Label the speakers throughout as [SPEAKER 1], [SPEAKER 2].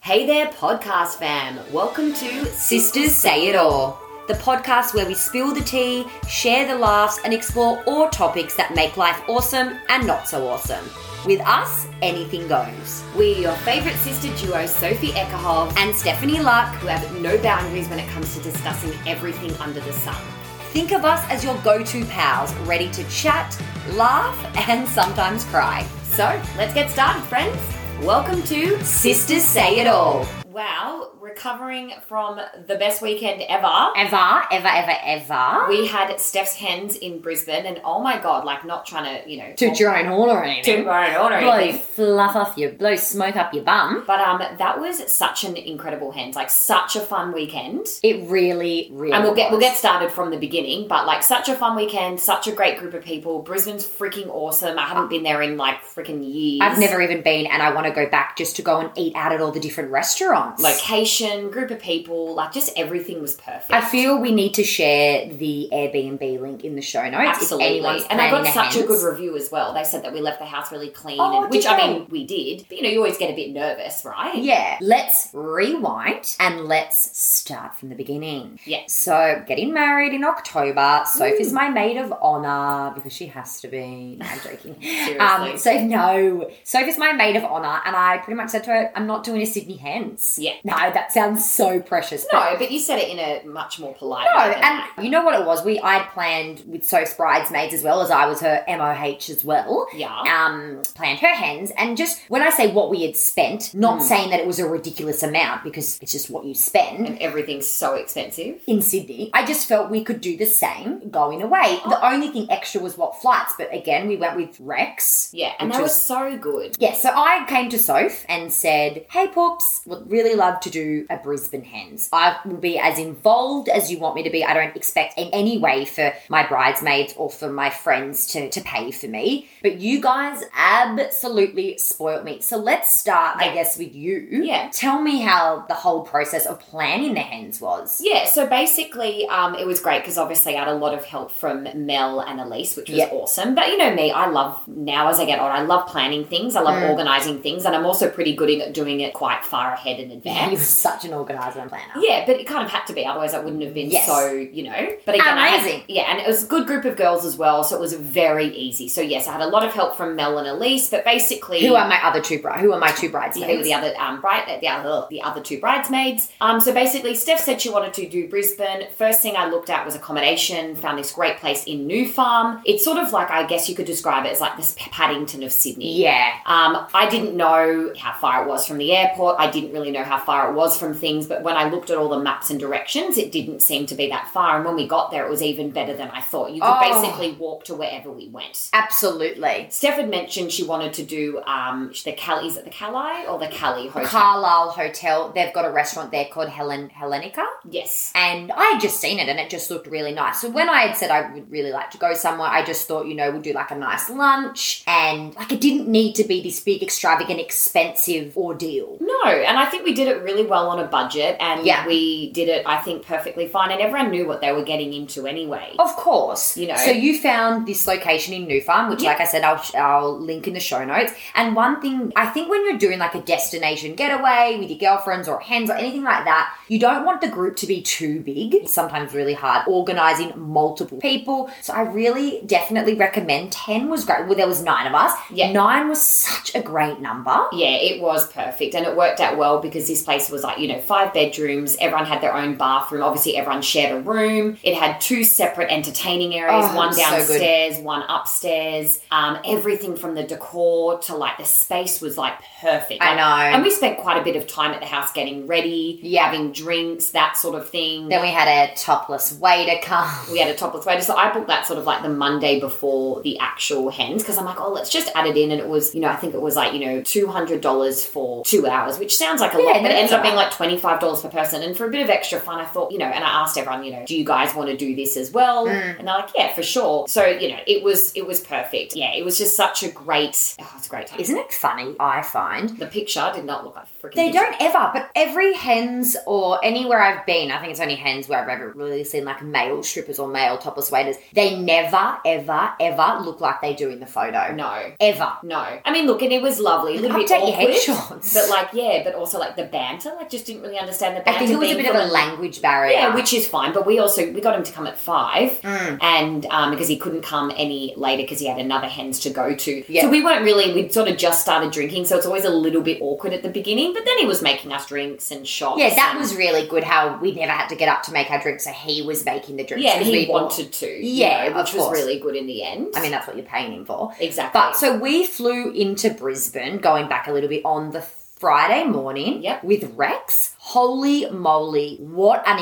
[SPEAKER 1] Hey there, podcast fam. Welcome to Sisters Say It All, the podcast where we spill the tea, share the laughs, and explore all topics that make life awesome and not so awesome. With us, anything goes. We're your favourite sister duo, Sophie Eckerhov and Stephanie Luck, who have no boundaries when it comes to discussing everything under the sun. Think of us as your go to pals, ready to chat, laugh, and sometimes cry. So let's get started, friends. Welcome to Sisters Say It All. Wow, recovering from the best weekend ever.
[SPEAKER 2] ever, ever, ever, ever.
[SPEAKER 1] We had Steph's hens in Brisbane, and oh my god, like not trying to, you know,
[SPEAKER 2] toot your own horn or anything.
[SPEAKER 1] toot my own horn or
[SPEAKER 2] blow
[SPEAKER 1] anything.
[SPEAKER 2] fluff off your, blow smoke up your bum.
[SPEAKER 1] But um, that was such an incredible hens, like such a fun weekend.
[SPEAKER 2] It really, really.
[SPEAKER 1] And we'll get we'll
[SPEAKER 2] was.
[SPEAKER 1] get started from the beginning, but like such a fun weekend, such a great group of people. Brisbane's freaking awesome. I haven't been there in like freaking years.
[SPEAKER 2] I've never even been, and I want to go back just to go and eat out at all the different restaurants.
[SPEAKER 1] location, group of people, like just everything was perfect.
[SPEAKER 2] I feel we need to share the Airbnb link in the show notes. If
[SPEAKER 1] Absolutely.
[SPEAKER 2] anyone's
[SPEAKER 1] And I got
[SPEAKER 2] planning a
[SPEAKER 1] such a
[SPEAKER 2] Hens.
[SPEAKER 1] good review as well. They said that we left the house really clean,
[SPEAKER 2] Oh,
[SPEAKER 1] and, which
[SPEAKER 2] did
[SPEAKER 1] I
[SPEAKER 2] they?
[SPEAKER 1] mean, we did. But you know, you always get a bit nervous, right?
[SPEAKER 2] Yeah, let's rewind and let's start from the beginning.
[SPEAKER 1] Yeah.
[SPEAKER 2] So, getting married in October. Soph is my maid of honor because she has to be. No, I'm joking.
[SPEAKER 1] Seriously.
[SPEAKER 2] Um, so, no, Soph is my maid of honor, and I pretty much said to her, I'm not doing a Sydney Hens.
[SPEAKER 1] Yeah.
[SPEAKER 2] No, that sounds so precious. but-
[SPEAKER 1] No, but you said it in a much more polite
[SPEAKER 2] no,
[SPEAKER 1] way. than
[SPEAKER 2] and
[SPEAKER 1] that.
[SPEAKER 2] you know what it was? We I'd planned with Soph's bridesmaids as well as I was her MOH as well.
[SPEAKER 1] Yeah.
[SPEAKER 2] Um, planned her hens and just when I say what we had spent, not
[SPEAKER 1] Hmm.
[SPEAKER 2] saying that it was a ridiculous amount because it's just what you spend
[SPEAKER 1] And everything's so expensive.
[SPEAKER 2] in Sydney. I just felt we could do the same going away. The
[SPEAKER 1] Uh-huh.
[SPEAKER 2] only thing extra was what flights, but again, we went with Rex.
[SPEAKER 1] Yeah, and
[SPEAKER 2] Which
[SPEAKER 1] they were
[SPEAKER 2] was-
[SPEAKER 1] so good.
[SPEAKER 2] Yeah, so I came to Soph and said, Hey, Pops, would really love to do a Brisbane Hens. I will be as involved as you want me to be. I don't expect in any way for my bridesmaids or for my friends to, to pay for me. But you guys absolutely spoiled me. So let's start, I
[SPEAKER 1] Yeah.
[SPEAKER 2] guess, with you.
[SPEAKER 1] Yeah.
[SPEAKER 2] Tell me how the whole process of planning the hens was.
[SPEAKER 1] Yeah, so basically, um, it was great because obviously I had a lot of help from Mel and Elise, which was
[SPEAKER 2] Yeah.
[SPEAKER 1] awesome. But you know me, I love now as I get on, I love planning things, I love
[SPEAKER 2] Mm.
[SPEAKER 1] organising things, and I'm also pretty good at doing it quite far ahead in
[SPEAKER 2] Yeah, you were
[SPEAKER 1] advance.
[SPEAKER 2] such an organizer and planner.
[SPEAKER 1] Yeah, but it kind of had to be, otherwise I wouldn't have been
[SPEAKER 2] Yes.
[SPEAKER 1] so, you know. But again, I had-
[SPEAKER 2] Amazing.
[SPEAKER 1] yeah, and it was a good group of girls as well, so it was very easy. So yes, I had a lot of help from Mel and Elise, but basically,
[SPEAKER 2] Who are my other two bri- Who are my two
[SPEAKER 1] yeah,
[SPEAKER 2] bridesmaids?
[SPEAKER 1] who were the other um bride the other the other two bridesmaids. Um, so basically, Steph said she wanted to do Brisbane. First thing I looked at was accommodation. Found this great place in New Farm. It's sort of like I guess you could describe it as like this Paddington of Sydney.
[SPEAKER 2] Yeah.
[SPEAKER 1] Um, I didn't know how far it was from the airport. I didn't really know how far it was from things, but when I looked at all the maps and directions, it didn't seem to be that far. And when we got there, it was even better than I thought. You could
[SPEAKER 2] Oh.
[SPEAKER 1] basically walk to wherever we went.
[SPEAKER 2] Absolutely.
[SPEAKER 1] Steph had mentioned she wanted to do um, the Cali. Is it the Cali or the Cali Hotel?
[SPEAKER 2] Carlisle Hotel. They've got a restaurant there called Helen Helenica.
[SPEAKER 1] yes.
[SPEAKER 2] And I had just seen it and it just looked really nice. So when I had said I would really like to go somewhere, I just thought, you know, we'll do like a nice lunch and like it didn't need to be this big, extravagant, expensive ordeal.
[SPEAKER 1] No, and I think we did it really well on a budget, and
[SPEAKER 2] Yeah.
[SPEAKER 1] we did it, I think, perfectly fine. And everyone knew what they were getting into anyway.
[SPEAKER 2] Of course,
[SPEAKER 1] You know.
[SPEAKER 2] So you found this location in New Farm, which,
[SPEAKER 1] Yeah.
[SPEAKER 2] like I said, I'll I'll link in the show notes. And one thing I think when you're doing like a destination getaway with your girlfriends or hens or anything like that, you don't want the group to be too big. It's sometimes really hard organizing multiple people. So I really definitely recommend ten was great. Well, there was nine of us.
[SPEAKER 1] Yeah.
[SPEAKER 2] nine was such a great number.
[SPEAKER 1] Yeah, it was perfect and it worked out well because this place was like, you know, five bedrooms, everyone had their own bathroom, obviously everyone shared a room. It had two separate entertaining areas,
[SPEAKER 2] Oh,
[SPEAKER 1] one
[SPEAKER 2] so good.
[SPEAKER 1] downstairs, one upstairs. Um, everything from the decor to like the space was like perfect.
[SPEAKER 2] I
[SPEAKER 1] Like,
[SPEAKER 2] know.
[SPEAKER 1] And we spent quite a bit of time at the house getting ready,
[SPEAKER 2] Yeah.
[SPEAKER 1] having drinks, that sort of thing.
[SPEAKER 2] Then we had a topless waiter come.
[SPEAKER 1] we had a topless waiter, so I booked that sort of like the Monday before the actual hens because I'm like, oh, let's just add it in, and it was, you know, I think it was like, you know, two hundred dollars for two hours, which sounds like a
[SPEAKER 2] Yeah,
[SPEAKER 1] lot, but it
[SPEAKER 2] that's
[SPEAKER 1] ended up being
[SPEAKER 2] alright.
[SPEAKER 1] like twenty five dollars per person, and for a bit of extra fun, I thought, you know, and I asked everyone, you know, do you guys want to do this as well?
[SPEAKER 2] Mm.
[SPEAKER 1] And they're like, yeah, for sure. So you know, it was it was perfect. Yeah, it was just such a great, oh, it's a great time.
[SPEAKER 2] Isn't it funny? I find
[SPEAKER 1] the picture did not look like freaking.
[SPEAKER 2] They
[SPEAKER 1] picture.
[SPEAKER 2] don't ever, but every hens or anywhere I've been, I think it's only hens where I've ever really seen like male strippers or male topless waiters. They never, ever, ever look like they do in the photo.
[SPEAKER 1] No,
[SPEAKER 2] Ever.
[SPEAKER 1] no. I mean, look, and it was lovely. A little bit
[SPEAKER 2] Update your
[SPEAKER 1] awkward,
[SPEAKER 2] headshots.
[SPEAKER 1] but like, yeah, but also like the banter. Like, just didn't really understand the banter.
[SPEAKER 2] I think it was a
[SPEAKER 1] being
[SPEAKER 2] bit of
[SPEAKER 1] from
[SPEAKER 2] a language barrier.
[SPEAKER 1] Yeah, which is fine. But we also we got him to come at five,
[SPEAKER 2] Mm.
[SPEAKER 1] and um, because he couldn't come any later because he had another hens to go to.
[SPEAKER 2] Yeah.
[SPEAKER 1] So we weren't really. We'd sort of just started drinking, so it's always a little bit awkward at the beginning. But then he was making us drinks and shots.
[SPEAKER 2] Yeah, that
[SPEAKER 1] and-
[SPEAKER 2] was really good how we never had to get up to make our drinks, so he was making the drinks.
[SPEAKER 1] Yeah, and
[SPEAKER 2] 'cause
[SPEAKER 1] he
[SPEAKER 2] we-
[SPEAKER 1] wanted to. you
[SPEAKER 2] Yeah,
[SPEAKER 1] know,
[SPEAKER 2] of
[SPEAKER 1] which
[SPEAKER 2] course.
[SPEAKER 1] was really good in the end.
[SPEAKER 2] I mean, that's what you're paying him for.
[SPEAKER 1] exactly.
[SPEAKER 2] But so we flew into Brisbane, going back a little bit on the Friday morning
[SPEAKER 1] Yep.
[SPEAKER 2] with Rex. Holy moly, what an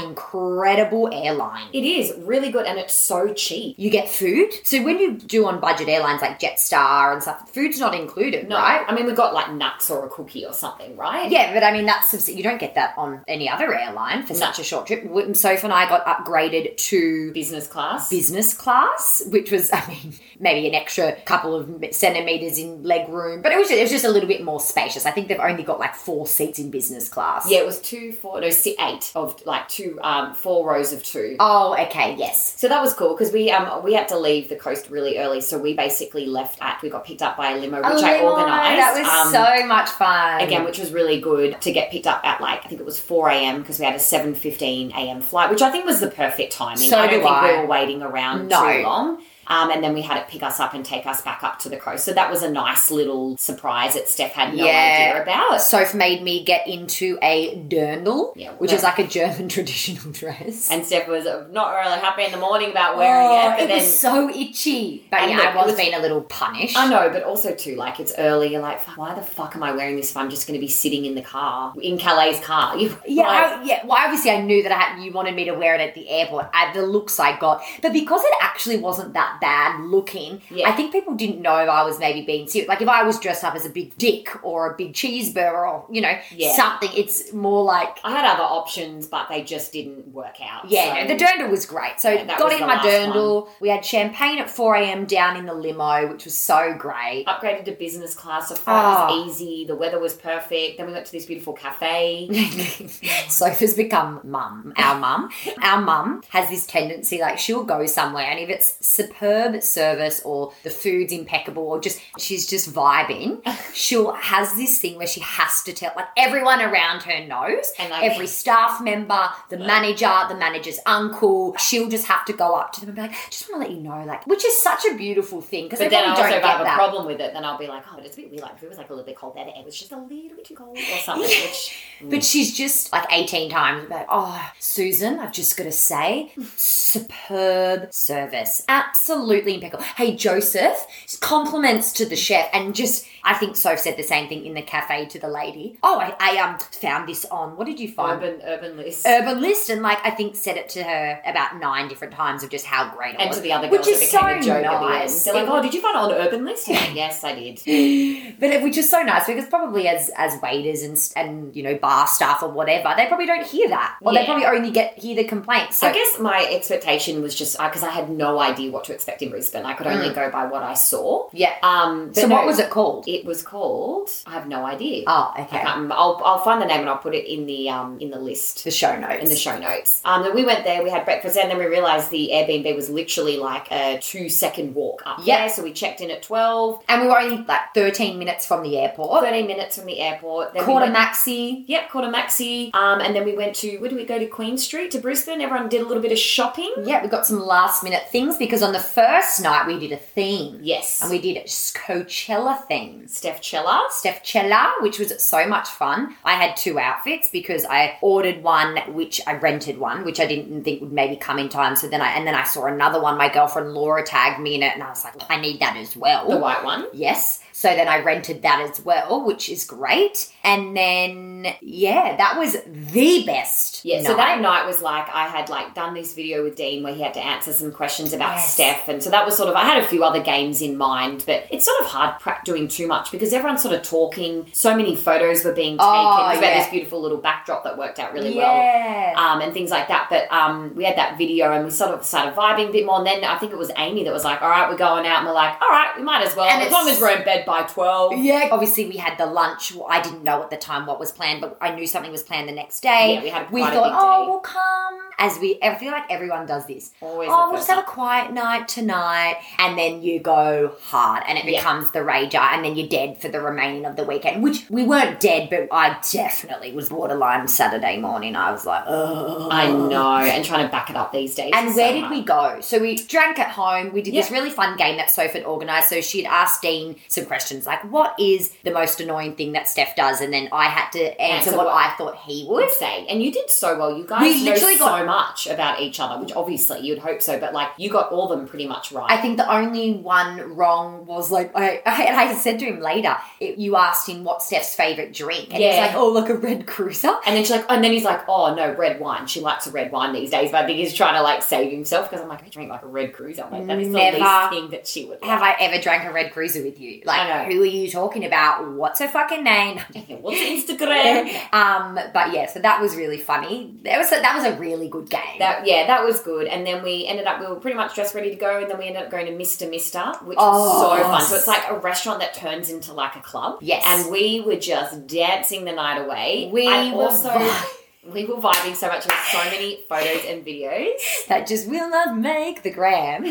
[SPEAKER 2] incredible airline!
[SPEAKER 1] it is really good, and it's so cheap.
[SPEAKER 2] you get food. So when you do on budget airlines like Jetstar and stuff, food's not included,
[SPEAKER 1] No,
[SPEAKER 2] right?
[SPEAKER 1] I mean we got like nuts or a cookie or something, right?
[SPEAKER 2] Yeah, but I mean that's subs- you don't get that on any other airline for
[SPEAKER 1] No.
[SPEAKER 2] such a short trip. Wim- Soph and I got upgraded to
[SPEAKER 1] business class.
[SPEAKER 2] business class, which was, I mean, maybe an extra couple of centimeters in leg room, but it was just, it was just a little bit more spacious. I think they've only got like four seats in business class.
[SPEAKER 1] yeah, it was two, four, no, si- eight of like two, um, four rows of two.
[SPEAKER 2] Oh, okay. Yes.
[SPEAKER 1] So that was cool because we um we had to leave the coast really early, so we basically left at we got picked up by a limo, which I
[SPEAKER 2] Oh,
[SPEAKER 1] organised.
[SPEAKER 2] That was
[SPEAKER 1] um,
[SPEAKER 2] so much fun.
[SPEAKER 1] again, which was really good to get picked up at like I think it was four a.m. because we had a seven fifteen a.m. flight, which I think was the perfect timing.
[SPEAKER 2] So
[SPEAKER 1] I don't
[SPEAKER 2] do
[SPEAKER 1] think
[SPEAKER 2] I.
[SPEAKER 1] we were waiting around
[SPEAKER 2] No.
[SPEAKER 1] too long. Um, and then we had it pick us up and take us back up to the coast. So that was a nice little surprise that Steph had no
[SPEAKER 2] Yeah.
[SPEAKER 1] idea about.
[SPEAKER 2] Soph made me get into a dirndl,
[SPEAKER 1] Yeah,
[SPEAKER 2] which
[SPEAKER 1] well-
[SPEAKER 2] is like a German traditional dress.
[SPEAKER 1] And Steph was uh, not really happy in the morning about wearing it, but
[SPEAKER 2] Oh, it
[SPEAKER 1] then
[SPEAKER 2] was so itchy. But
[SPEAKER 1] And
[SPEAKER 2] yeah,
[SPEAKER 1] look,
[SPEAKER 2] I was,
[SPEAKER 1] it was-
[SPEAKER 2] being a little punished.
[SPEAKER 1] I know, but also too, like it's early. You're like, "Fuck, why the fuck am I wearing this if I'm just going to be sitting in the car in Calais' car? You-
[SPEAKER 2] Yeah,
[SPEAKER 1] like,
[SPEAKER 2] I, yeah. Well, obviously, I knew that I had, you wanted me to wear it at the airport. I, the looks I got, but because it actually wasn't that bad looking,
[SPEAKER 1] Yeah.
[SPEAKER 2] I think people didn't know if I was maybe being serious. Like if I was dressed up as a big dick or a big cheeseburger or you know
[SPEAKER 1] Yeah.
[SPEAKER 2] something, it's more like
[SPEAKER 1] I had other options, but they just didn't work out.
[SPEAKER 2] yeah.
[SPEAKER 1] so-
[SPEAKER 2] no, the dirndl was great. So
[SPEAKER 1] Yeah, that
[SPEAKER 2] got
[SPEAKER 1] was
[SPEAKER 2] in
[SPEAKER 1] the
[SPEAKER 2] my
[SPEAKER 1] last
[SPEAKER 2] dirndl. We had champagne at four a.m. down in the limo, which was so great.
[SPEAKER 1] upgraded to business class. So flight
[SPEAKER 2] Oh.
[SPEAKER 1] was easy. The weather was perfect. Then we went to this beautiful cafe.
[SPEAKER 2] Sophie's become mum, our mum. Our mum has this tendency, like, she'll go somewhere, and if it's superb service or the food's impeccable or just she's just vibing, she'll has this thing where she has to tell, like, everyone around her knows,
[SPEAKER 1] And,
[SPEAKER 2] and
[SPEAKER 1] like-
[SPEAKER 2] every staff member, the manager, the manager's uncle, she'll just have to go up to them and be like, just want to let you know, like, which is such a beautiful thing because they
[SPEAKER 1] But then I
[SPEAKER 2] probably
[SPEAKER 1] also
[SPEAKER 2] don't
[SPEAKER 1] if I
[SPEAKER 2] get
[SPEAKER 1] have a
[SPEAKER 2] that.
[SPEAKER 1] problem with it. Then I'll be like, oh, but it's a bit weird. Like, if it was like a little bit cold, that it was just a little bit too cold or something. Which
[SPEAKER 2] But she's just like 18 times like, oh, Susan, I've just got to say, superb service. Absolutely impeccable. Hey, Joseph, compliments to the chef. And just, I think Soph said the same thing in the cafe to the lady. Oh, I, I um found this on, what did you find?
[SPEAKER 1] urban urban list.
[SPEAKER 2] Urban List and like I think said it to her about nine different times of just how great it
[SPEAKER 1] and
[SPEAKER 2] was,
[SPEAKER 1] to the other
[SPEAKER 2] which
[SPEAKER 1] girls,
[SPEAKER 2] is
[SPEAKER 1] it
[SPEAKER 2] so
[SPEAKER 1] became a joke
[SPEAKER 2] nice.
[SPEAKER 1] at the end.
[SPEAKER 2] It
[SPEAKER 1] They're like, "Oh, did you find it on Urban List?" I'm like, yes, I did.
[SPEAKER 2] but it, which is so nice because probably as as waiters and and you know bar staff or whatever, they probably don't hear that, or they
[SPEAKER 1] Yeah.
[SPEAKER 2] probably only get hear the complaints. So
[SPEAKER 1] I guess my expectation was just because I had no idea what to expect in Brisbane. I could only go by what I saw.
[SPEAKER 2] yeah.
[SPEAKER 1] Um, but
[SPEAKER 2] Mm. so
[SPEAKER 1] no,
[SPEAKER 2] what was it called?
[SPEAKER 1] It was called. I have no idea.
[SPEAKER 2] Oh,
[SPEAKER 1] I
[SPEAKER 2] okay.
[SPEAKER 1] can't remember. I'll, I'll find the name and I'll put it in the um, in the list
[SPEAKER 2] The show notes.
[SPEAKER 1] in the show notes. Um, and we went there. We had breakfast, and then we realized the Airbnb was literally like a two second walk up
[SPEAKER 2] Yeah.
[SPEAKER 1] there. So we checked in at 12,
[SPEAKER 2] and we were only like thirteen minutes from the airport.
[SPEAKER 1] 13 minutes from the airport. Then we
[SPEAKER 2] Quarter
[SPEAKER 1] went-
[SPEAKER 2] maxi.
[SPEAKER 1] Yep, Quarter Maxi. Um, and then we went to, where did we go to? Queen Street to Brisbane. Everyone did a little bit of shopping.
[SPEAKER 2] Yeah, we got some last minute things because on the first night we did a theme.
[SPEAKER 1] Yes.
[SPEAKER 2] And we did Coachella themes.
[SPEAKER 1] Steph Chella.
[SPEAKER 2] Steph Chella, which was so much fun. I had two outfits because I ordered one, which I rented one, which I didn't think would maybe come in time. So then I and then I saw another one. My girlfriend Laura tagged me in it, and I was like, I need that as well.
[SPEAKER 1] The white one.
[SPEAKER 2] Yes. So then I rented that as well, which is great. And then yeah, that was the best.
[SPEAKER 1] Yeah, so
[SPEAKER 2] night.
[SPEAKER 1] that night was like I had like done this video with Dean where he had to answer some questions about
[SPEAKER 2] Yes.
[SPEAKER 1] Steph, and so that was sort of I had a few other games in mind, but it's sort of hard pra- doing too much because everyone's sort of talking. So many photos were being taken.
[SPEAKER 2] Oh,
[SPEAKER 1] it was about
[SPEAKER 2] yeah.
[SPEAKER 1] this beautiful little backdrop that worked out really well.
[SPEAKER 2] yeah.
[SPEAKER 1] Um, and things like that, but um, we had that video and we sort of started vibing a bit more. And then I think it was Amy that was like, "All right, we're going out," and we're like, "All right, we might as well,
[SPEAKER 2] And
[SPEAKER 1] as
[SPEAKER 2] it's-
[SPEAKER 1] long as we're in bed bed by 12.
[SPEAKER 2] Yeah. Obviously, we had the lunch. Well, I didn't know at the time what was planned, but I knew something was planned the next day.
[SPEAKER 1] Yeah, we had
[SPEAKER 2] We
[SPEAKER 1] quite a
[SPEAKER 2] thought,
[SPEAKER 1] big
[SPEAKER 2] oh,
[SPEAKER 1] day."
[SPEAKER 2] we'll come. As we, I feel like everyone does this.
[SPEAKER 1] Always
[SPEAKER 2] oh,
[SPEAKER 1] the
[SPEAKER 2] we'll
[SPEAKER 1] first
[SPEAKER 2] just have a quiet night tonight, and then you go hard, and it
[SPEAKER 1] Yeah.
[SPEAKER 2] becomes the rager, and then you're dead for the remaining of the weekend. Which we weren't dead, but I definitely was borderline Saturday morning. I was like, oh.
[SPEAKER 1] I know, and trying to back it up these days.
[SPEAKER 2] And
[SPEAKER 1] is
[SPEAKER 2] where
[SPEAKER 1] so
[SPEAKER 2] did
[SPEAKER 1] hard.
[SPEAKER 2] we go? So we drank at home. We did this
[SPEAKER 1] Yeah.
[SPEAKER 2] really fun game that Soph had organised. So she'd asked Dean some questions like, "What is the most annoying thing that Steph does?" And then I had to answer
[SPEAKER 1] Answer
[SPEAKER 2] what,
[SPEAKER 1] what-
[SPEAKER 2] I thought he would.
[SPEAKER 1] would say, and you did so well. You guys
[SPEAKER 2] We literally
[SPEAKER 1] literally know
[SPEAKER 2] got-
[SPEAKER 1] so much about each other, which obviously you'd hope so, but like you got all of them pretty much right.
[SPEAKER 2] I think the only one wrong was like I, I and I said to him later. It, you asked him what Steph's favorite drink, and he's
[SPEAKER 1] Yeah.
[SPEAKER 2] like, "Oh, like a red cruiser."
[SPEAKER 1] and then she's like, and then he's like, oh no, red wine. She likes a red wine these days, but I think he's trying to like save himself because I'm like, I drink like a red cruiser. I'm like, that is the
[SPEAKER 2] Never
[SPEAKER 1] least thing that she would
[SPEAKER 2] Have
[SPEAKER 1] like.
[SPEAKER 2] I ever drank a red cruiser with
[SPEAKER 1] I
[SPEAKER 2] you? Like,
[SPEAKER 1] know.
[SPEAKER 2] who are you talking about? What's her fucking name?
[SPEAKER 1] What's Instagram?
[SPEAKER 2] um, but yeah, so that was really funny. That was a, that was a really good game.
[SPEAKER 1] That yeah, that was good. And then we ended up we were pretty much dressed ready to go, and then we ended up going to Mister Mister, which
[SPEAKER 2] Oh.
[SPEAKER 1] was so fun. So it's like a restaurant that turns into like a club.
[SPEAKER 2] Yes.
[SPEAKER 1] and we were just dancing the night away.
[SPEAKER 2] We
[SPEAKER 1] and
[SPEAKER 2] were
[SPEAKER 1] also
[SPEAKER 2] vi-
[SPEAKER 1] we were vibing so much with so many photos and videos.
[SPEAKER 2] that just will not make the gram.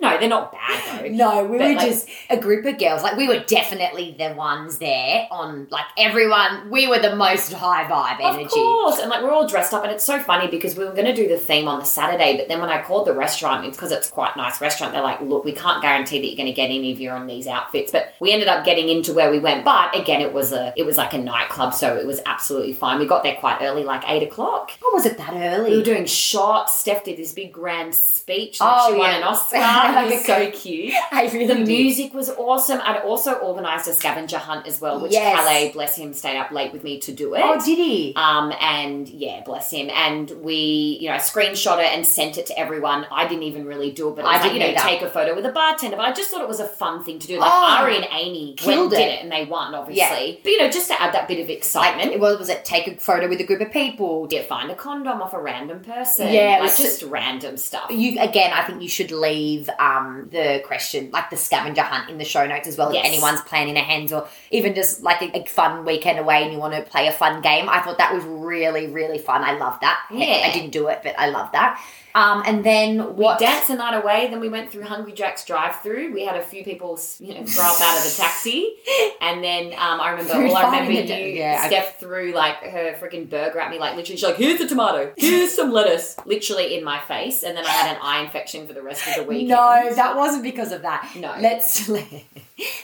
[SPEAKER 1] No, they're not bad though.
[SPEAKER 2] No, we
[SPEAKER 1] But,
[SPEAKER 2] were
[SPEAKER 1] like-
[SPEAKER 2] just a group of girls. Like we were definitely the ones there on like everyone. We were the most high vibe energy.
[SPEAKER 1] Of course, and like we're all dressed up, and it's so funny because we were going to do the theme on the Saturday, but then when I called the restaurant, it's because it's quite a nice restaurant. They're like, look, we can't guarantee that you're going to get any of you on these outfits, but we ended up getting into where we went. But again, it was a it was like a nightclub, so it was absolutely fine. We got there quite early, like eight o'clock.
[SPEAKER 2] Oh, was it that
[SPEAKER 1] We
[SPEAKER 2] early?
[SPEAKER 1] were doing shots. Steph did this big grand speech. Like
[SPEAKER 2] Oh,
[SPEAKER 1] she won
[SPEAKER 2] yeah.
[SPEAKER 1] an Oscar. It was so cute.
[SPEAKER 2] I really
[SPEAKER 1] The
[SPEAKER 2] did.
[SPEAKER 1] music was awesome. I'd also organised a scavenger hunt as well, which
[SPEAKER 2] Yes.
[SPEAKER 1] Calais, bless him, stayed up late with me to do it.
[SPEAKER 2] Oh, did he?
[SPEAKER 1] Um, and yeah, bless him. And we, you know, I screenshot it and sent it to everyone. I didn't even really do it, but I
[SPEAKER 2] I
[SPEAKER 1] was like, you
[SPEAKER 2] didn't
[SPEAKER 1] know,
[SPEAKER 2] either.
[SPEAKER 1] take a photo with a bartender. But I just thought it was a fun thing to do. Like
[SPEAKER 2] Oh,
[SPEAKER 1] Ari and Amy
[SPEAKER 2] killed
[SPEAKER 1] went, and did
[SPEAKER 2] it.
[SPEAKER 1] it and they won, obviously.
[SPEAKER 2] Yeah.
[SPEAKER 1] But you know, just to add that bit of excitement.
[SPEAKER 2] Like, was, was it take a photo with a group of people?
[SPEAKER 1] yeah, find a condom off a random person.
[SPEAKER 2] Yeah, it
[SPEAKER 1] like
[SPEAKER 2] was
[SPEAKER 1] just random stuff.
[SPEAKER 2] You again, I think you should leave um, the question like the scavenger hunt in the show notes as well.
[SPEAKER 1] Yes.
[SPEAKER 2] If anyone's planning a hands or even just like a, a fun weekend away and you want to play a fun game, I thought that was really really fun. I love that.
[SPEAKER 1] Yeah.
[SPEAKER 2] I didn't do it, but I love that. Um, and then what?
[SPEAKER 1] We danced the night away. Then we went through Hungry Jack's drive-through. We had a few people, you know, throw up out of the taxi, and then um, I remember
[SPEAKER 2] Food
[SPEAKER 1] all I
[SPEAKER 2] fighting
[SPEAKER 1] remember
[SPEAKER 2] the day.
[SPEAKER 1] you
[SPEAKER 2] Yeah, I-
[SPEAKER 1] Steph threw like her freaking burger at me, like literally. She's like, "Here's a tomato. Here's some lettuce," literally in my face. And then I had an eye infection for the rest of the weekend.
[SPEAKER 2] No, that wasn't because of that.
[SPEAKER 1] No.
[SPEAKER 2] Let's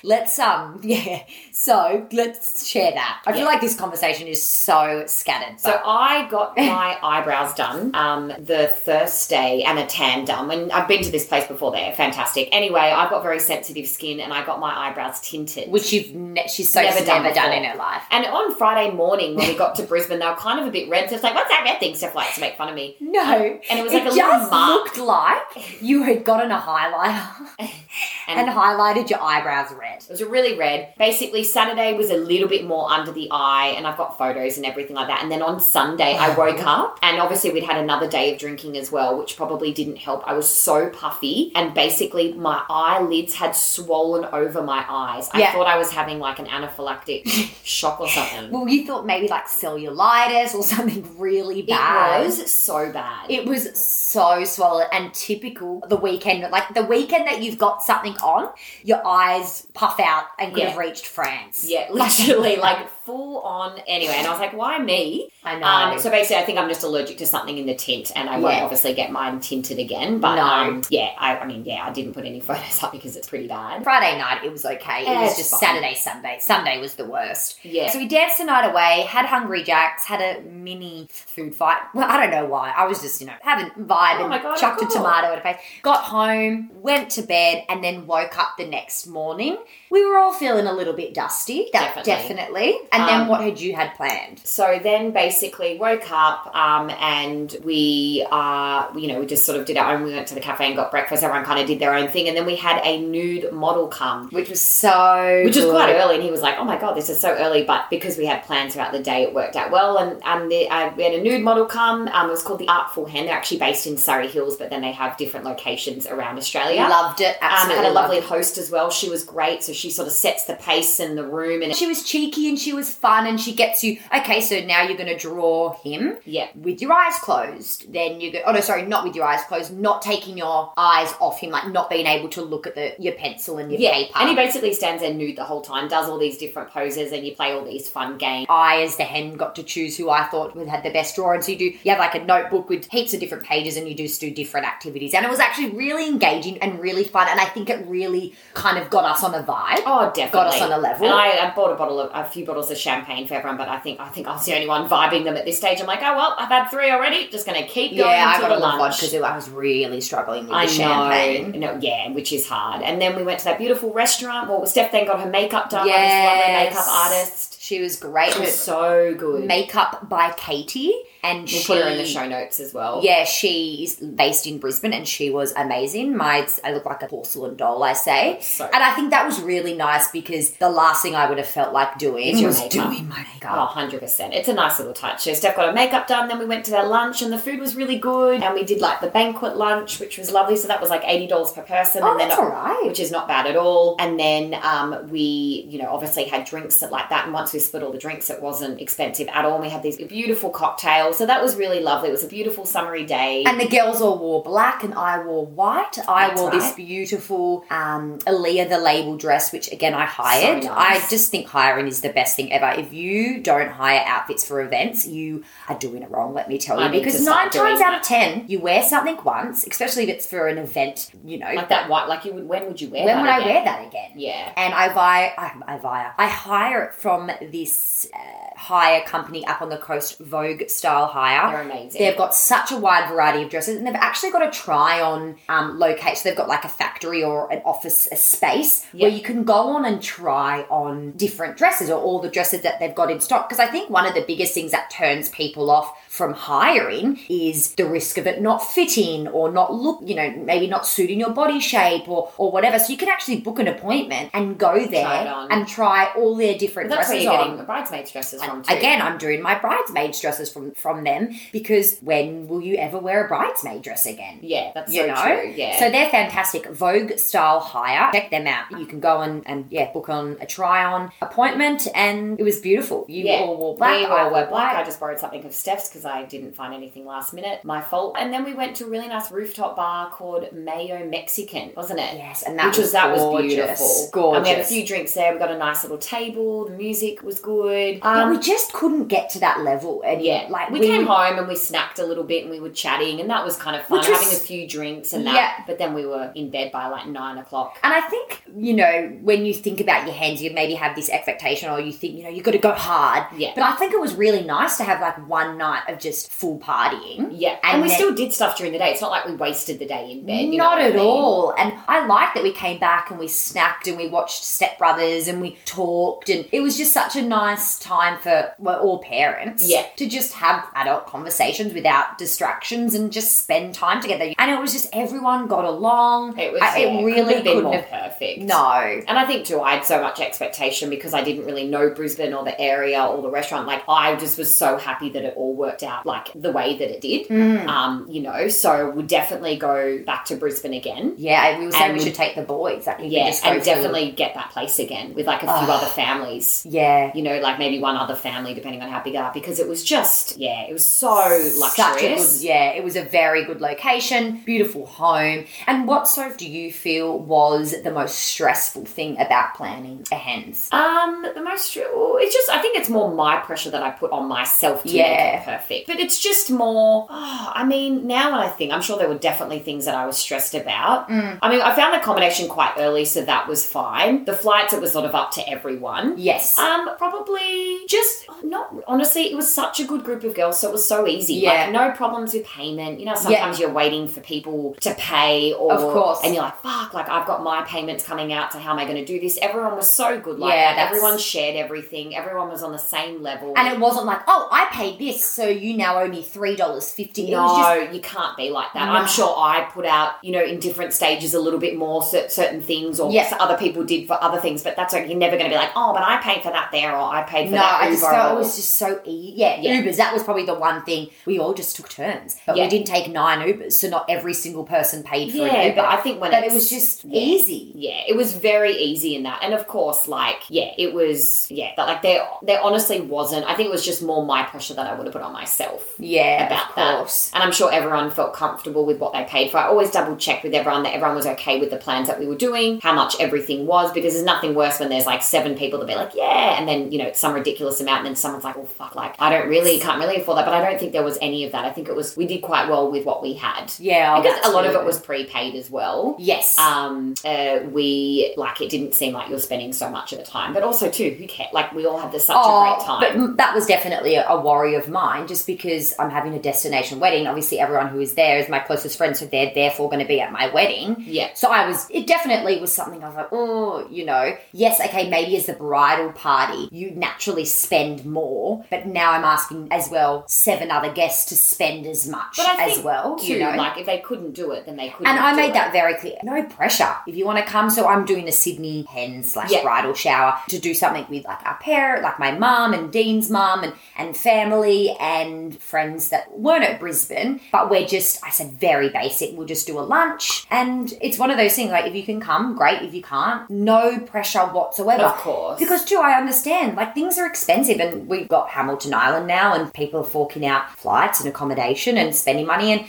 [SPEAKER 2] let's um yeah. So let's share that. I feel
[SPEAKER 1] Yeah.
[SPEAKER 2] like this conversation is so scattered.
[SPEAKER 1] So
[SPEAKER 2] but-
[SPEAKER 1] I got my eyebrows done um, the Thursday and a tan done. And I've been to this place before. They're fantastic. Anyway, I've got very sensitive skin, and I got my eyebrows tinted.
[SPEAKER 2] which you've ne- she's so
[SPEAKER 1] Never
[SPEAKER 2] never,
[SPEAKER 1] done
[SPEAKER 2] done,
[SPEAKER 1] before.
[SPEAKER 2] in her life.
[SPEAKER 1] And on Friday morning when we got to Brisbane, they were kind of a bit red. So it's like, what's that red thing? Steph likes to make fun of me.
[SPEAKER 2] No,
[SPEAKER 1] And it was like a little
[SPEAKER 2] just
[SPEAKER 1] mark.
[SPEAKER 2] looked like you had gotten a highlighter and,
[SPEAKER 1] And-
[SPEAKER 2] highlighted your eyebrows red.
[SPEAKER 1] It was a really red. Basically, Saturday was a little bit more under the eye, and I've got photos and everything like that. And then on Sunday,
[SPEAKER 2] Uh-huh.
[SPEAKER 1] I woke up, and obviously, we'd had another day of drinking as well, which probably didn't help. I was so puffy, and basically, my eyelids had swollen over my eyes. I
[SPEAKER 2] Yeah.
[SPEAKER 1] thought I was having like an anaphylactic shock or something.
[SPEAKER 2] Well, you thought maybe like cellulitis or something really bad.
[SPEAKER 1] It was so bad.
[SPEAKER 2] It was so swollen and typical the weekend, like the weekend that you've got something on, your eyes puff out and could
[SPEAKER 1] Yeah.
[SPEAKER 2] have reached France.
[SPEAKER 1] Yeah, literally, like full on. Anyway, and I was like, why me?
[SPEAKER 2] I know.
[SPEAKER 1] Um, so basically, I think I'm just allergic to something in the tint, and I won't
[SPEAKER 2] Yeah.
[SPEAKER 1] obviously get mine tinted again. But
[SPEAKER 2] No.
[SPEAKER 1] um, yeah, I, I mean, yeah, I didn't put any photos up because it's pretty bad.
[SPEAKER 2] Friday night, it was okay. it
[SPEAKER 1] Yeah,
[SPEAKER 2] was
[SPEAKER 1] it's
[SPEAKER 2] just
[SPEAKER 1] fine.
[SPEAKER 2] Saturday, Sunday. Sunday was the worst.
[SPEAKER 1] Yeah.
[SPEAKER 2] So we danced the night away, had Hungry Jacks, had a mini food fight. Well, I don't know why. I was just, you know, having vibe
[SPEAKER 1] Oh my
[SPEAKER 2] and
[SPEAKER 1] God,
[SPEAKER 2] chucked a
[SPEAKER 1] cool.
[SPEAKER 2] tomato at a face. Got home, went to bed, and then woke up the next morning. We were all feeling a little bit dusty. That
[SPEAKER 1] Definitely.
[SPEAKER 2] definitely. And
[SPEAKER 1] Um,
[SPEAKER 2] then what had you had planned?
[SPEAKER 1] So then basically woke up um, and we, uh, you know, we just sort of did our own. We went to the cafe and got breakfast. Everyone kind of did their own thing. And then we had a nude model come,
[SPEAKER 2] Which was so
[SPEAKER 1] which was
[SPEAKER 2] good.
[SPEAKER 1] quite early. And he was like, oh my God, this is so early. But because we had plans throughout the day, it worked out well. And, and the, uh, we had a nude model come. Um, it was called The Artful Hen. They're actually based in Surrey Hills, but then they have different locations around Australia.
[SPEAKER 2] Loved it.
[SPEAKER 1] Um,
[SPEAKER 2] Absolutely.
[SPEAKER 1] had a
[SPEAKER 2] loved
[SPEAKER 1] lovely
[SPEAKER 2] it.
[SPEAKER 1] host as well. She was great. So she sort of sets the pace in the room. And
[SPEAKER 2] She was cheeky and she was fun and she gets you. Okay, so now you're going to draw him
[SPEAKER 1] yeah,
[SPEAKER 2] with your eyes closed. Then you go. Oh no, sorry, not with your eyes closed. Not taking your eyes off him, like not being able to look at the your pencil and your paper.
[SPEAKER 1] And he basically stands there nude the whole time, does all these different poses, and you play all these fun games.
[SPEAKER 2] I, as the hen, got to choose who I thought would had the best drawing. so you do you have like a notebook with heaps of different pages, and you just do different activities. And it was actually really engaging and really fun. And I think it really kind of got us on a vibe.
[SPEAKER 1] Oh, definitely
[SPEAKER 2] Got us on a level.
[SPEAKER 1] And I, I bought a bottle of a few bottles of champagne for everyone, but I think I think I was the only one vibing them at this stage. I'm like, oh well, I've had three already. Just gonna keep going
[SPEAKER 2] yeah, I
[SPEAKER 1] until
[SPEAKER 2] got a
[SPEAKER 1] the
[SPEAKER 2] lot
[SPEAKER 1] lunch.
[SPEAKER 2] because I was really struggling with
[SPEAKER 1] I
[SPEAKER 2] the champagne.
[SPEAKER 1] know, no, yeah, which is hard. And then we went to that beautiful restaurant. Well, Steph then got her makeup done by
[SPEAKER 2] Yes.
[SPEAKER 1] this lovely makeup artist.
[SPEAKER 2] She was great.
[SPEAKER 1] It
[SPEAKER 2] Her
[SPEAKER 1] was so good.
[SPEAKER 2] makeup by Katie, and
[SPEAKER 1] we'll
[SPEAKER 2] she
[SPEAKER 1] put her in the show notes as well.
[SPEAKER 2] Yeah, she's based in Brisbane, and she was amazing. My, I look like a porcelain doll, I say.
[SPEAKER 1] So-
[SPEAKER 2] and I think that was really nice because the last thing I would have felt like doing
[SPEAKER 1] Is your
[SPEAKER 2] was
[SPEAKER 1] makeup.
[SPEAKER 2] doing my makeup.
[SPEAKER 1] Oh, 100%. It's a nice little touch. So Steph got her makeup done, then we went to their lunch, and the food was really good. And we did like the banquet lunch, which was lovely. So that was like $80 per person.
[SPEAKER 2] Oh,
[SPEAKER 1] and then
[SPEAKER 2] that's all right.
[SPEAKER 1] Which is not bad at all. And then um, we, you know, obviously had drinks that, like that. And once we split all the drinks, it wasn't expensive at all. And we had these beautiful cocktails. So that was really lovely. It was a beautiful summery day.
[SPEAKER 2] And the girls all wore black, and I wore white. I
[SPEAKER 1] That's
[SPEAKER 2] wore this
[SPEAKER 1] right.
[SPEAKER 2] beautiful um, Aaliyah the Label dress, which again I hired.
[SPEAKER 1] So nice.
[SPEAKER 2] I just think hiring is the best thing ever. If you don't hire outfits for events, you are doing it wrong. Let me tell you,
[SPEAKER 1] I need
[SPEAKER 2] because
[SPEAKER 1] to start
[SPEAKER 2] nine times
[SPEAKER 1] doing
[SPEAKER 2] out of ten, you wear something once, especially if it's for an event. You know,
[SPEAKER 1] like that white, like you would, when would you wear
[SPEAKER 2] when
[SPEAKER 1] that?
[SPEAKER 2] would I
[SPEAKER 1] again?
[SPEAKER 2] wear that again?
[SPEAKER 1] Yeah.
[SPEAKER 2] and I buy, I, I buy, I hire it from this uh, hire company up on the coast, Vogue Style Hire.
[SPEAKER 1] They're amazing.
[SPEAKER 2] They've got such a wide variety of dresses, and they've actually got a try-on um, location. So they've got like a factory or an office a space
[SPEAKER 1] Yeah.
[SPEAKER 2] where you can go on and try on different dresses or all the dresses that they've got in stock. Because I think one of the biggest things that turns people off from hiring is the risk of it not fitting or not look, you know, maybe not suiting your body shape or or whatever. So you can actually book an appointment and go there
[SPEAKER 1] Try it on.
[SPEAKER 2] and try all their different
[SPEAKER 1] That's where
[SPEAKER 2] dresses
[SPEAKER 1] you're
[SPEAKER 2] on.
[SPEAKER 1] getting bridesmaids dresses from too.
[SPEAKER 2] Again, I'm doing my bridesmaid dresses from from them because when will you ever wear a bridesmaid dress again?
[SPEAKER 1] Yeah, that's
[SPEAKER 2] You
[SPEAKER 1] so
[SPEAKER 2] know,
[SPEAKER 1] true. Yeah.
[SPEAKER 2] so they're fantastic. Vogue style hire, check them out. You can go and and yeah, book on a try on appointment, and it was beautiful. You all wore black,
[SPEAKER 1] We
[SPEAKER 2] I
[SPEAKER 1] all
[SPEAKER 2] wore
[SPEAKER 1] wore
[SPEAKER 2] black.
[SPEAKER 1] black. I just borrowed something of Steph's because I didn't find anything last minute. My fault. And then we went to a really nice rooftop bar called Mayo Mexican, wasn't it?
[SPEAKER 2] Yes, and that
[SPEAKER 1] Which
[SPEAKER 2] was,
[SPEAKER 1] was that was
[SPEAKER 2] gorgeous,
[SPEAKER 1] beautiful.
[SPEAKER 2] Gorgeous.
[SPEAKER 1] And we had a few drinks there. We got a nice little table. The music was good.
[SPEAKER 2] but
[SPEAKER 1] Um,
[SPEAKER 2] we just couldn't get to that level, and
[SPEAKER 1] yeah,
[SPEAKER 2] like
[SPEAKER 1] we,
[SPEAKER 2] would-
[SPEAKER 1] came home and we snacked a little bit and we were chatting and that was kind of fun,
[SPEAKER 2] Which was-
[SPEAKER 1] having a few drinks and that.
[SPEAKER 2] Yeah.
[SPEAKER 1] But then we were in bed by like nine o'clock.
[SPEAKER 2] And I think, you know, when you think about your hands, you maybe have this expectation or you think, you know, you've got to go hard.
[SPEAKER 1] Yeah.
[SPEAKER 2] But I think it was really nice to have like one night of just full partying.
[SPEAKER 1] Yeah, and,
[SPEAKER 2] And
[SPEAKER 1] we
[SPEAKER 2] then-
[SPEAKER 1] still did stuff during the day. It's not like we wasted the day in bed. you know
[SPEAKER 2] Not
[SPEAKER 1] what I
[SPEAKER 2] at
[SPEAKER 1] mean?
[SPEAKER 2] all. And I like that we came back and we snacked and we watched Step Brothers and we talked. And it was just such a nice time for well, all parents
[SPEAKER 1] Yeah.
[SPEAKER 2] to just have adult conversations without distractions and just spend time together. And it was just everyone got along.
[SPEAKER 1] It was.
[SPEAKER 2] I-
[SPEAKER 1] yeah,
[SPEAKER 2] it
[SPEAKER 1] couldn't
[SPEAKER 2] really
[SPEAKER 1] have been
[SPEAKER 2] couldn't
[SPEAKER 1] more
[SPEAKER 2] have.
[SPEAKER 1] perfect.
[SPEAKER 2] No.
[SPEAKER 1] And I think too, I had so much expectation because I didn't really know Brisbane or the area or the restaurant. Like, I just was so happy that it all worked out like the way that it did.
[SPEAKER 2] Mm.
[SPEAKER 1] Um, you know, so we'll definitely go back to Brisbane again.
[SPEAKER 2] Yeah, we were saying
[SPEAKER 1] And
[SPEAKER 2] we
[SPEAKER 1] we-
[SPEAKER 2] should take the boys. Like, we could
[SPEAKER 1] Yeah,
[SPEAKER 2] just go
[SPEAKER 1] and
[SPEAKER 2] for- Ah.
[SPEAKER 1] definitely get that place again with like a few other families.
[SPEAKER 2] Yeah.
[SPEAKER 1] You know, like maybe one other family, depending on how big they are, because it was just yeah, it was so luxurious.
[SPEAKER 2] Such a good, yeah, it was a very good location, beautiful home. And what, so do you feel was the most stressful thing about planning a hens?
[SPEAKER 1] Um, the most well, it's just I think it's more my pressure that I put on myself to
[SPEAKER 2] Yeah.
[SPEAKER 1] make it perfect. But it's just more. Oh, I mean, now when I think, I'm sure there were definitely things that I was stressed about. I mean, I found accommodation quite early, so that was fine. The flights, it was sort of up to everyone.
[SPEAKER 2] Yes.
[SPEAKER 1] Um, but probably just not. Honestly, it was such a good group of girls, so it was so easy.
[SPEAKER 2] Yeah.
[SPEAKER 1] Like, no problems with payment. You know, sometimes you're waiting for people to pay, or
[SPEAKER 2] Of course.
[SPEAKER 1] and you're like, fuck, like I've got my payments coming out, so how am I going to do this? Everyone was so good like
[SPEAKER 2] Yeah,
[SPEAKER 1] that.
[SPEAKER 2] that's-
[SPEAKER 1] Everyone shared everything. Everyone was on the same level.
[SPEAKER 2] And it wasn't like, oh, I paid this, so you now owe me three dollars fifty. It was
[SPEAKER 1] No, you can't be like that.
[SPEAKER 2] No.
[SPEAKER 1] I'm sure I put out, you know, in different stages a little bit more cer- certain things, or
[SPEAKER 2] Yeah.
[SPEAKER 1] other people did for other things. But that's like you're never going to be like, oh, but I paid for that there, or I paid
[SPEAKER 2] just
[SPEAKER 1] for
[SPEAKER 2] no.
[SPEAKER 1] that.
[SPEAKER 2] I just
[SPEAKER 1] Uber,
[SPEAKER 2] felt
[SPEAKER 1] or-
[SPEAKER 2] it was just so easy. Yeah,
[SPEAKER 1] Yeah.
[SPEAKER 2] Ubers. That was probably the one thing we all just took turns, but we
[SPEAKER 1] Yeah.
[SPEAKER 2] didn't take nine Ubers, so not every single person paid for an
[SPEAKER 1] yeah.
[SPEAKER 2] Uber.
[SPEAKER 1] But I think when
[SPEAKER 2] but it
[SPEAKER 1] it's-
[SPEAKER 2] was just
[SPEAKER 1] yeah.
[SPEAKER 2] easy.
[SPEAKER 1] Yeah, it was very easy in that, and of course, like yeah, it was yeah that like there there honestly wasn't. I think it was just more my pressure that I would have put on myself.
[SPEAKER 2] Yeah,
[SPEAKER 1] about
[SPEAKER 2] of
[SPEAKER 1] that.
[SPEAKER 2] course.
[SPEAKER 1] And I'm sure everyone felt comfortable with what they paid for. I always double check with everyone that everyone was okay with the plans that we were doing, how much everything was, because there's nothing worse when there's like seven people that be like, yeah, and then, you know, it's some ridiculous amount, and then someone's like, oh, fuck, like, I don't really, can't really afford that. But I don't think there was any of that. I think it was, we did quite well with what we had.
[SPEAKER 2] Yeah, oh,
[SPEAKER 1] because a lot of it
[SPEAKER 2] absolutely. Ah,
[SPEAKER 1] was prepaid as well.
[SPEAKER 2] yes.
[SPEAKER 1] Um, uh, we like it didn't seem like you're spending so much at a time, but also too, who cares? Like we all had this such a great time.
[SPEAKER 2] oh, But m- that was definitely a, a worry of mine, just because I'm having a destination wedding. Obviously, everyone who is there is my closest friend, so they're therefore going to be at my wedding.
[SPEAKER 1] yeah,
[SPEAKER 2] So I was, it definitely was something I was like, oh, you know, yes, okay, maybe as the bridal party, you naturally spend more, but now I'm asking as well seven other guests to spend as much
[SPEAKER 1] but I
[SPEAKER 2] as
[SPEAKER 1] think
[SPEAKER 2] well,
[SPEAKER 1] too,
[SPEAKER 2] you know.
[SPEAKER 1] like if they couldn't do it, then they couldn't.
[SPEAKER 2] and I
[SPEAKER 1] do
[SPEAKER 2] made
[SPEAKER 1] it.
[SPEAKER 2] that very clear. No pressure. If you want to come, so I'm doing a Sydney hen slash
[SPEAKER 1] Yeah.
[SPEAKER 2] bridal shower to do something with like our parent, like my mum and Dean's mum and, and family and friends that weren't at Brisbane. But we're just, I said, very basic. We'll just do a lunch. And it's one of those things like if you can come, great. If you can't, no pressure whatsoever.
[SPEAKER 1] Of course.
[SPEAKER 2] Because too, I understand like things are expensive, and we've got Hamilton Island now, and people are forking out flights and accommodation and spending money. And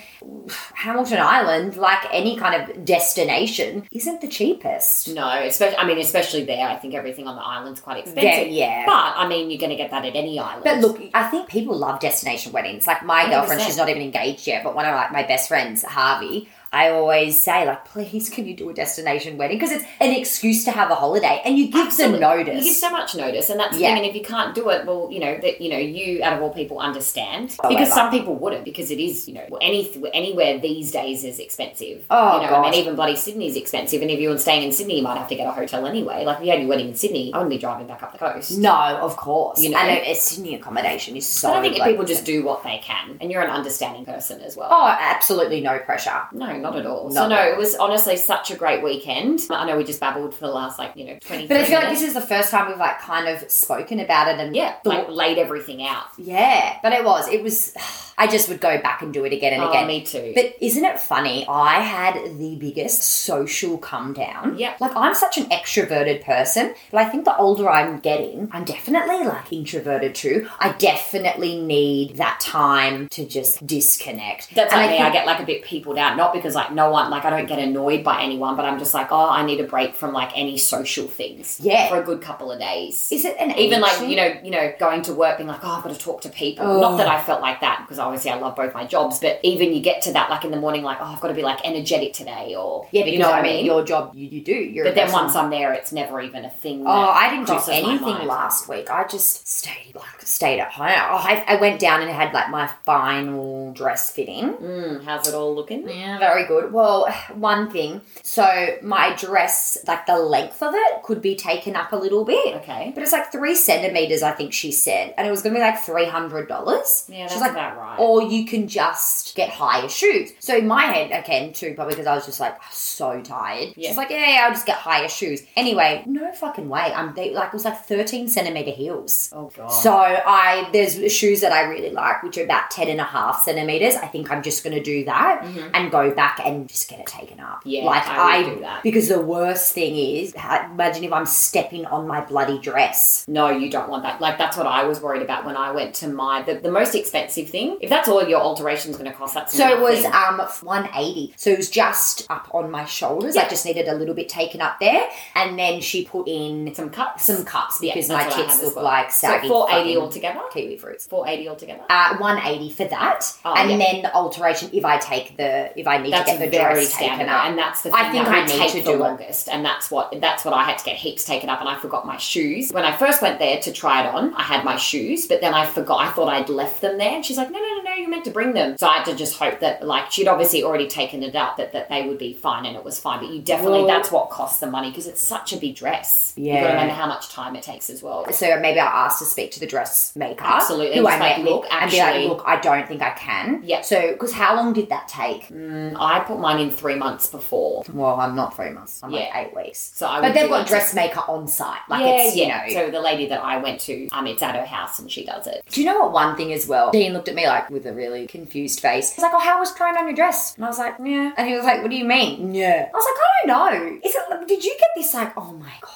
[SPEAKER 2] Hamilton Island, like any kind of destination, isn't the cheapest.
[SPEAKER 1] No, especially I mean, especially there. I think everything on the island's quite expensive.
[SPEAKER 2] Yeah, yeah. But,
[SPEAKER 1] But I mean, you're going to get that at any island.
[SPEAKER 2] look, I think people love destination weddings. Like my girlfriend,
[SPEAKER 1] 100%.
[SPEAKER 2] she's not even engaged yet, but one of like my best friends, Harvey. I always say, like, please, can you do a destination wedding? Because it's an excuse to have a holiday, and you give
[SPEAKER 1] Absolutely.
[SPEAKER 2] them
[SPEAKER 1] you
[SPEAKER 2] notice.
[SPEAKER 1] give so much notice, and that's the
[SPEAKER 2] Yeah.
[SPEAKER 1] thing. And if you can't do it, well, you know that you know you out of all people understand
[SPEAKER 2] However.
[SPEAKER 1] because some people wouldn't because it is you know any anywhere these days is expensive.
[SPEAKER 2] Oh,
[SPEAKER 1] you know, I
[SPEAKER 2] gosh.
[SPEAKER 1] mean, even bloody Sydney's expensive, and if you're staying in Sydney, you might have to get a hotel anyway. Like if you had your wedding in Sydney, I wouldn't be driving back up the coast.
[SPEAKER 2] No, of course.
[SPEAKER 1] You know?
[SPEAKER 2] and a, a Sydney accommodation is so.
[SPEAKER 1] But I think if
[SPEAKER 2] like-
[SPEAKER 1] people just do what they can, and you're an understanding person as well.
[SPEAKER 2] Oh, absolutely no pressure.
[SPEAKER 1] No, not at all.
[SPEAKER 2] Not
[SPEAKER 1] so no,
[SPEAKER 2] at all.
[SPEAKER 1] it was honestly such a great weekend. I know we just babbled for the last like you know twenty.
[SPEAKER 2] But I
[SPEAKER 1] 30
[SPEAKER 2] feel like this
[SPEAKER 1] minutes.
[SPEAKER 2] is the first time we've like kind of spoken about it and
[SPEAKER 1] yeah,
[SPEAKER 2] thought-
[SPEAKER 1] like laid everything out.
[SPEAKER 2] yeah. But it was, it was. I just would go back and do it again and
[SPEAKER 1] Oh,
[SPEAKER 2] again.
[SPEAKER 1] me too.
[SPEAKER 2] But isn't it funny? I had the biggest social come down.
[SPEAKER 1] Yep.
[SPEAKER 2] Like I'm such an extroverted person, but I think the older I'm getting, I'm definitely like introverted too. I definitely need that time to just disconnect.
[SPEAKER 1] That's
[SPEAKER 2] And
[SPEAKER 1] like me.
[SPEAKER 2] think-
[SPEAKER 1] I get like a bit peopled out, not because like no one, like I don't get annoyed by anyone, but I'm just like, oh, I need a break from like any social things.
[SPEAKER 2] Yeah.
[SPEAKER 1] for a good couple of days.
[SPEAKER 2] Is it an
[SPEAKER 1] even
[SPEAKER 2] age
[SPEAKER 1] like
[SPEAKER 2] thing?
[SPEAKER 1] you know you know going to work being like oh i've got to talk to people
[SPEAKER 2] Oh.
[SPEAKER 1] not that i felt like that because obviously i love both my jobs but even you get to that like in the morning like oh i've got to be like energetic today or
[SPEAKER 2] Yeah, because
[SPEAKER 1] you know what
[SPEAKER 2] I mean, your job, you, you do. You're
[SPEAKER 1] but
[SPEAKER 2] a
[SPEAKER 1] then
[SPEAKER 2] person.
[SPEAKER 1] once i'm there it's never even a thing
[SPEAKER 2] Oh,
[SPEAKER 1] that
[SPEAKER 2] I didn't do
[SPEAKER 1] crosses my
[SPEAKER 2] anything
[SPEAKER 1] mind.
[SPEAKER 2] last week. I just stayed like stayed at home. Oh, I, I went down and had like my final dress fitting.
[SPEAKER 1] Mm, how's it all looking?
[SPEAKER 2] Yeah, very good. Well, one thing. So my dress, like the length of it, could be taken up a little bit.
[SPEAKER 1] Okay.
[SPEAKER 2] But it's like three centimeters, I think she said, and it was gonna be like three hundred dollars.
[SPEAKER 1] Yeah, that's
[SPEAKER 2] She's like,
[SPEAKER 1] about right.
[SPEAKER 2] or you can just get higher shoes. So in my head, again, too, probably because I was just like so tired.
[SPEAKER 1] Yeah.
[SPEAKER 2] She's like, yeah, yeah, I'll just get higher shoes. Anyway, no fucking way. I'm they, like it was like 13 centimeter heels.
[SPEAKER 1] oh god.
[SPEAKER 2] So I there's shoes that I really like, which are about 10 and a half centimeters. I think I'm just gonna do that and go back and just get it taken up.
[SPEAKER 1] Mm-hmm. Yeah,
[SPEAKER 2] like
[SPEAKER 1] I would do that.
[SPEAKER 2] because the worst thing is, ha- imagine if I'm stepping on my bloody dress.
[SPEAKER 1] no, you don't want that. Like that's what I was worried about when I went to my the, the most expensive thing If that's all your alteration's going to cost, that's
[SPEAKER 2] So it was
[SPEAKER 1] nothing.
[SPEAKER 2] um 180. So it was just up on my shoulders. I
[SPEAKER 1] Yeah.
[SPEAKER 2] just needed a little bit taken up there. And then she put in
[SPEAKER 1] some cups,
[SPEAKER 2] some cups
[SPEAKER 1] Yeah,
[SPEAKER 2] because
[SPEAKER 1] that's
[SPEAKER 2] my
[SPEAKER 1] what I had
[SPEAKER 2] tits
[SPEAKER 1] as
[SPEAKER 2] look
[SPEAKER 1] well.
[SPEAKER 2] like
[SPEAKER 1] So
[SPEAKER 2] saggy.
[SPEAKER 1] 480
[SPEAKER 2] fucking
[SPEAKER 1] altogether.
[SPEAKER 2] Kiwi fruits.
[SPEAKER 1] 480 altogether.
[SPEAKER 2] Uh, 180 for that.
[SPEAKER 1] Oh,
[SPEAKER 2] and
[SPEAKER 1] yeah.
[SPEAKER 2] then the alteration if I take the if I need
[SPEAKER 1] that's
[SPEAKER 2] to get the
[SPEAKER 1] very
[SPEAKER 2] dress
[SPEAKER 1] standard,
[SPEAKER 2] taken up.
[SPEAKER 1] and that's the thing
[SPEAKER 2] I think
[SPEAKER 1] that
[SPEAKER 2] I
[SPEAKER 1] we
[SPEAKER 2] need
[SPEAKER 1] take
[SPEAKER 2] to
[SPEAKER 1] the
[SPEAKER 2] do it.
[SPEAKER 1] longest, and that's what that's what I had to get heaps taken up, and I forgot my shoes when I first went there to try it on. I had my shoes, but then I forgot. I thought I'd left them there, and she's like, "No, no, no, no, you meant to bring them." So I had to just hope that like she'd obviously already taken it up that that they would be fine, and it was fine. But you definitely
[SPEAKER 2] Well-
[SPEAKER 1] that's what costs the money because it's such a big dress. you got
[SPEAKER 2] Yeah.
[SPEAKER 1] to remember how much time it takes as well.
[SPEAKER 2] so maybe I'll ask to speak to the dressmaker,
[SPEAKER 1] Absolutely.
[SPEAKER 2] who I
[SPEAKER 1] Just like,
[SPEAKER 2] met with,
[SPEAKER 1] look,
[SPEAKER 2] and be like,
[SPEAKER 1] actually-
[SPEAKER 2] "Look, I don't think I can."
[SPEAKER 1] Yeah.
[SPEAKER 2] So, because how long did that take?
[SPEAKER 1] Mm, I put mine in three months before,
[SPEAKER 2] Well, I'm not three months. I'm
[SPEAKER 1] Yeah.
[SPEAKER 2] like eight weeks.
[SPEAKER 1] so I.
[SPEAKER 2] but
[SPEAKER 1] would
[SPEAKER 2] they've
[SPEAKER 1] do
[SPEAKER 2] got
[SPEAKER 1] it.
[SPEAKER 2] dressmaker on site. Like it's you know.
[SPEAKER 1] So the lady that I went to, um, it's at her house and she does it.
[SPEAKER 2] do you know what one thing as well? Dean looked at me like with a really confused face. He's like, "Oh, how was trying on your dress?" And I was like, "Yeah." And he was like, "What do you mean?" Yeah. I was like, "I don't know. Is it? Did you get this? Like, oh my gosh."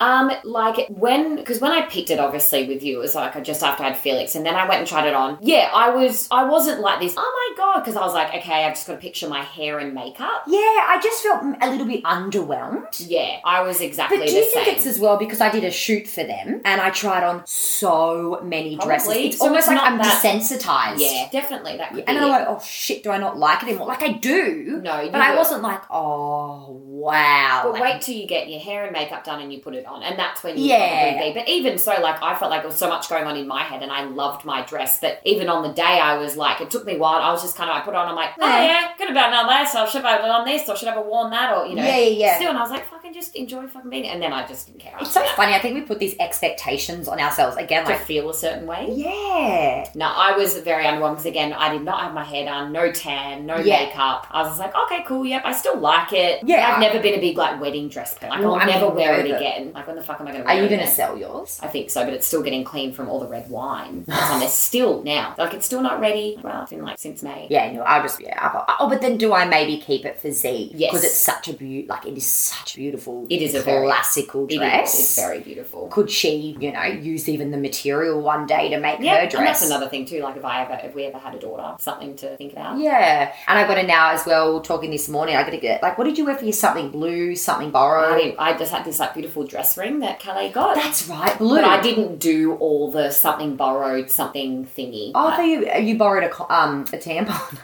[SPEAKER 1] Um, like when, because when I picked it, obviously with you, it was like just after I had Felix, and then I went and tried it on. Yeah, I was, I wasn't like this. Oh my god, because I was like, okay, I've just got to picture my hair and makeup.
[SPEAKER 2] Yeah, I just felt mm, a little bit underwhelmed.
[SPEAKER 1] Yeah, I was exactly
[SPEAKER 2] But
[SPEAKER 1] the
[SPEAKER 2] do you think
[SPEAKER 1] same.
[SPEAKER 2] it's as well because I did a shoot for them and I tried on so many dresses.
[SPEAKER 1] Probably.
[SPEAKER 2] It's
[SPEAKER 1] So
[SPEAKER 2] almost
[SPEAKER 1] it's
[SPEAKER 2] like
[SPEAKER 1] not
[SPEAKER 2] I'm
[SPEAKER 1] that-
[SPEAKER 2] desensitized.
[SPEAKER 1] yeah, definitely that. Could
[SPEAKER 2] And
[SPEAKER 1] be
[SPEAKER 2] I'm
[SPEAKER 1] it.
[SPEAKER 2] like, oh shit, do I not like it anymore? Like I do.
[SPEAKER 1] No, you
[SPEAKER 2] But I
[SPEAKER 1] were-
[SPEAKER 2] wasn't like, oh wow.
[SPEAKER 1] But
[SPEAKER 2] Like,
[SPEAKER 1] wait till you get your hair and makeup done and you put it on, and that's when you
[SPEAKER 2] Oh, Yeah.
[SPEAKER 1] probably be. But even so, like I felt like there was so much going on in my head, and I loved my dress. But even on the day, I was like, it took me a while. I was just kind of, I put it on, I'm like, oh
[SPEAKER 2] Yeah.
[SPEAKER 1] yeah, could have done that last. Or should I have done this? Or should I have worn that? Or you know,
[SPEAKER 2] Yeah, yeah, yeah.
[SPEAKER 1] Still, and I was like, fucking just enjoy fucking being. And then I just didn't care.
[SPEAKER 2] It's so funny. I think we put these expectations on ourselves again.
[SPEAKER 1] to
[SPEAKER 2] Like,
[SPEAKER 1] feel a certain way.
[SPEAKER 2] yeah.
[SPEAKER 1] No, I was very underwhelmed because again, I did not have my hair done, no tan, no
[SPEAKER 2] Yeah.
[SPEAKER 1] makeup. I was like, okay, cool, yep, I still like it.
[SPEAKER 2] Yeah.
[SPEAKER 1] I've never been a big like wedding dress person. Like,
[SPEAKER 2] No,
[SPEAKER 1] I'll
[SPEAKER 2] I mean,
[SPEAKER 1] never wear it
[SPEAKER 2] neither.
[SPEAKER 1] again. Like, when the fuck am I going to
[SPEAKER 2] Are
[SPEAKER 1] wear
[SPEAKER 2] you
[SPEAKER 1] it?
[SPEAKER 2] gonna
[SPEAKER 1] again?
[SPEAKER 2] sell yours?
[SPEAKER 1] I think so, but it's still getting clean from all the red wine. and it's still now. Like it's still not ready. Well, it's been like since May.
[SPEAKER 2] Yeah, no, I'll just yeah. I'll, oh, but then do I maybe keep it for Z?
[SPEAKER 1] Yes.
[SPEAKER 2] because it's such a beautiful, like it is such a beautiful.
[SPEAKER 1] It is a very-
[SPEAKER 2] classical
[SPEAKER 1] It is.
[SPEAKER 2] dress.
[SPEAKER 1] It's very beautiful.
[SPEAKER 2] could she, you know, use even the material one day to make
[SPEAKER 1] Yeah,
[SPEAKER 2] her
[SPEAKER 1] and
[SPEAKER 2] dress?
[SPEAKER 1] that's another thing too. Like if I ever, if we ever had a daughter, something to think about.
[SPEAKER 2] yeah, and I got it now as well. Talking this morning, I got to get like, what did you wear for your something blue, something
[SPEAKER 1] I,
[SPEAKER 2] borrowed?
[SPEAKER 1] didn't- I just had this like beautiful dress ring that Calais got,
[SPEAKER 2] That's right, blue.
[SPEAKER 1] but I didn't do all the something borrowed, something thingy.
[SPEAKER 2] Oh, I
[SPEAKER 1] Like-
[SPEAKER 2] thought you you borrowed a co- um a tampon.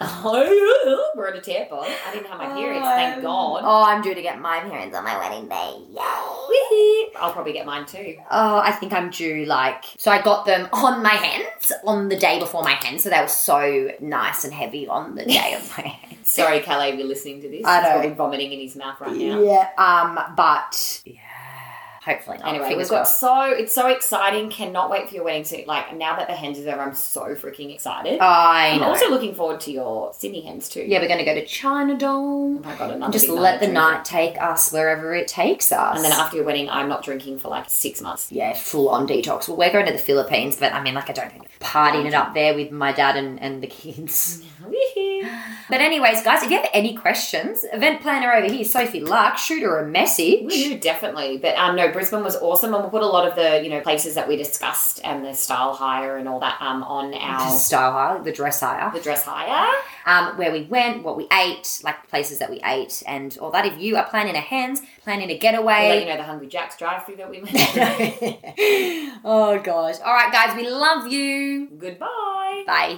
[SPEAKER 1] we're at a tampon. I didn't have my periods.
[SPEAKER 2] Um,
[SPEAKER 1] Thank God.
[SPEAKER 2] Oh, I'm due to get my parents on my wedding day. Yay!
[SPEAKER 1] I'll probably get mine too.
[SPEAKER 2] Oh, I think I'm due like so I got them on my hands on the day before my hands, so they were so nice and heavy on the day of my hands.
[SPEAKER 1] Sorry, Calais, we're listening to this.
[SPEAKER 2] I know.
[SPEAKER 1] He's probably vomiting in his mouth right now.
[SPEAKER 2] Yeah. Um, but yeah. Hopefully not.
[SPEAKER 1] Anyway,
[SPEAKER 2] Oh, Fingers
[SPEAKER 1] we've got
[SPEAKER 2] crossed.
[SPEAKER 1] so it's so exciting. Cannot wait for your wedding suit. Like now that the hens is over, I'm so freaking excited.
[SPEAKER 2] Oh, I
[SPEAKER 1] I'm
[SPEAKER 2] know.
[SPEAKER 1] also looking forward to your Sydney hens too.
[SPEAKER 2] yeah, we're gonna go to China
[SPEAKER 1] Oh
[SPEAKER 2] Dome.
[SPEAKER 1] my god,
[SPEAKER 2] And
[SPEAKER 1] another
[SPEAKER 2] just
[SPEAKER 1] big
[SPEAKER 2] let the
[SPEAKER 1] of
[SPEAKER 2] night take us wherever it takes
[SPEAKER 1] drinking.
[SPEAKER 2] us.
[SPEAKER 1] And then after your wedding, I'm not drinking for like six months.
[SPEAKER 2] yeah, full on detox. Well, we're going to the Philippines, but I mean, like, I don't think partying it up there with my dad and, and the kids.
[SPEAKER 1] Woohoo.
[SPEAKER 2] But, anyways, guys, if you have any questions, event planner over here, Sophie Lark, shoot her a message.
[SPEAKER 1] Woohoo, definitely. But um, no, Brisbane was awesome, and we'll put a lot of the you know places that we discussed and the style hire and all that um on
[SPEAKER 2] The
[SPEAKER 1] our
[SPEAKER 2] style hire, the dress hire,
[SPEAKER 1] the dress hire.
[SPEAKER 2] um, where we went, what we ate, like places that we ate, and all that. If you are planning a hands, planning a
[SPEAKER 1] We'll let
[SPEAKER 2] getaway,
[SPEAKER 1] you know the Hungry Jack's drive through that we went. to.
[SPEAKER 2] oh gosh. All right, guys, we love you.
[SPEAKER 1] Goodbye.
[SPEAKER 2] Bye.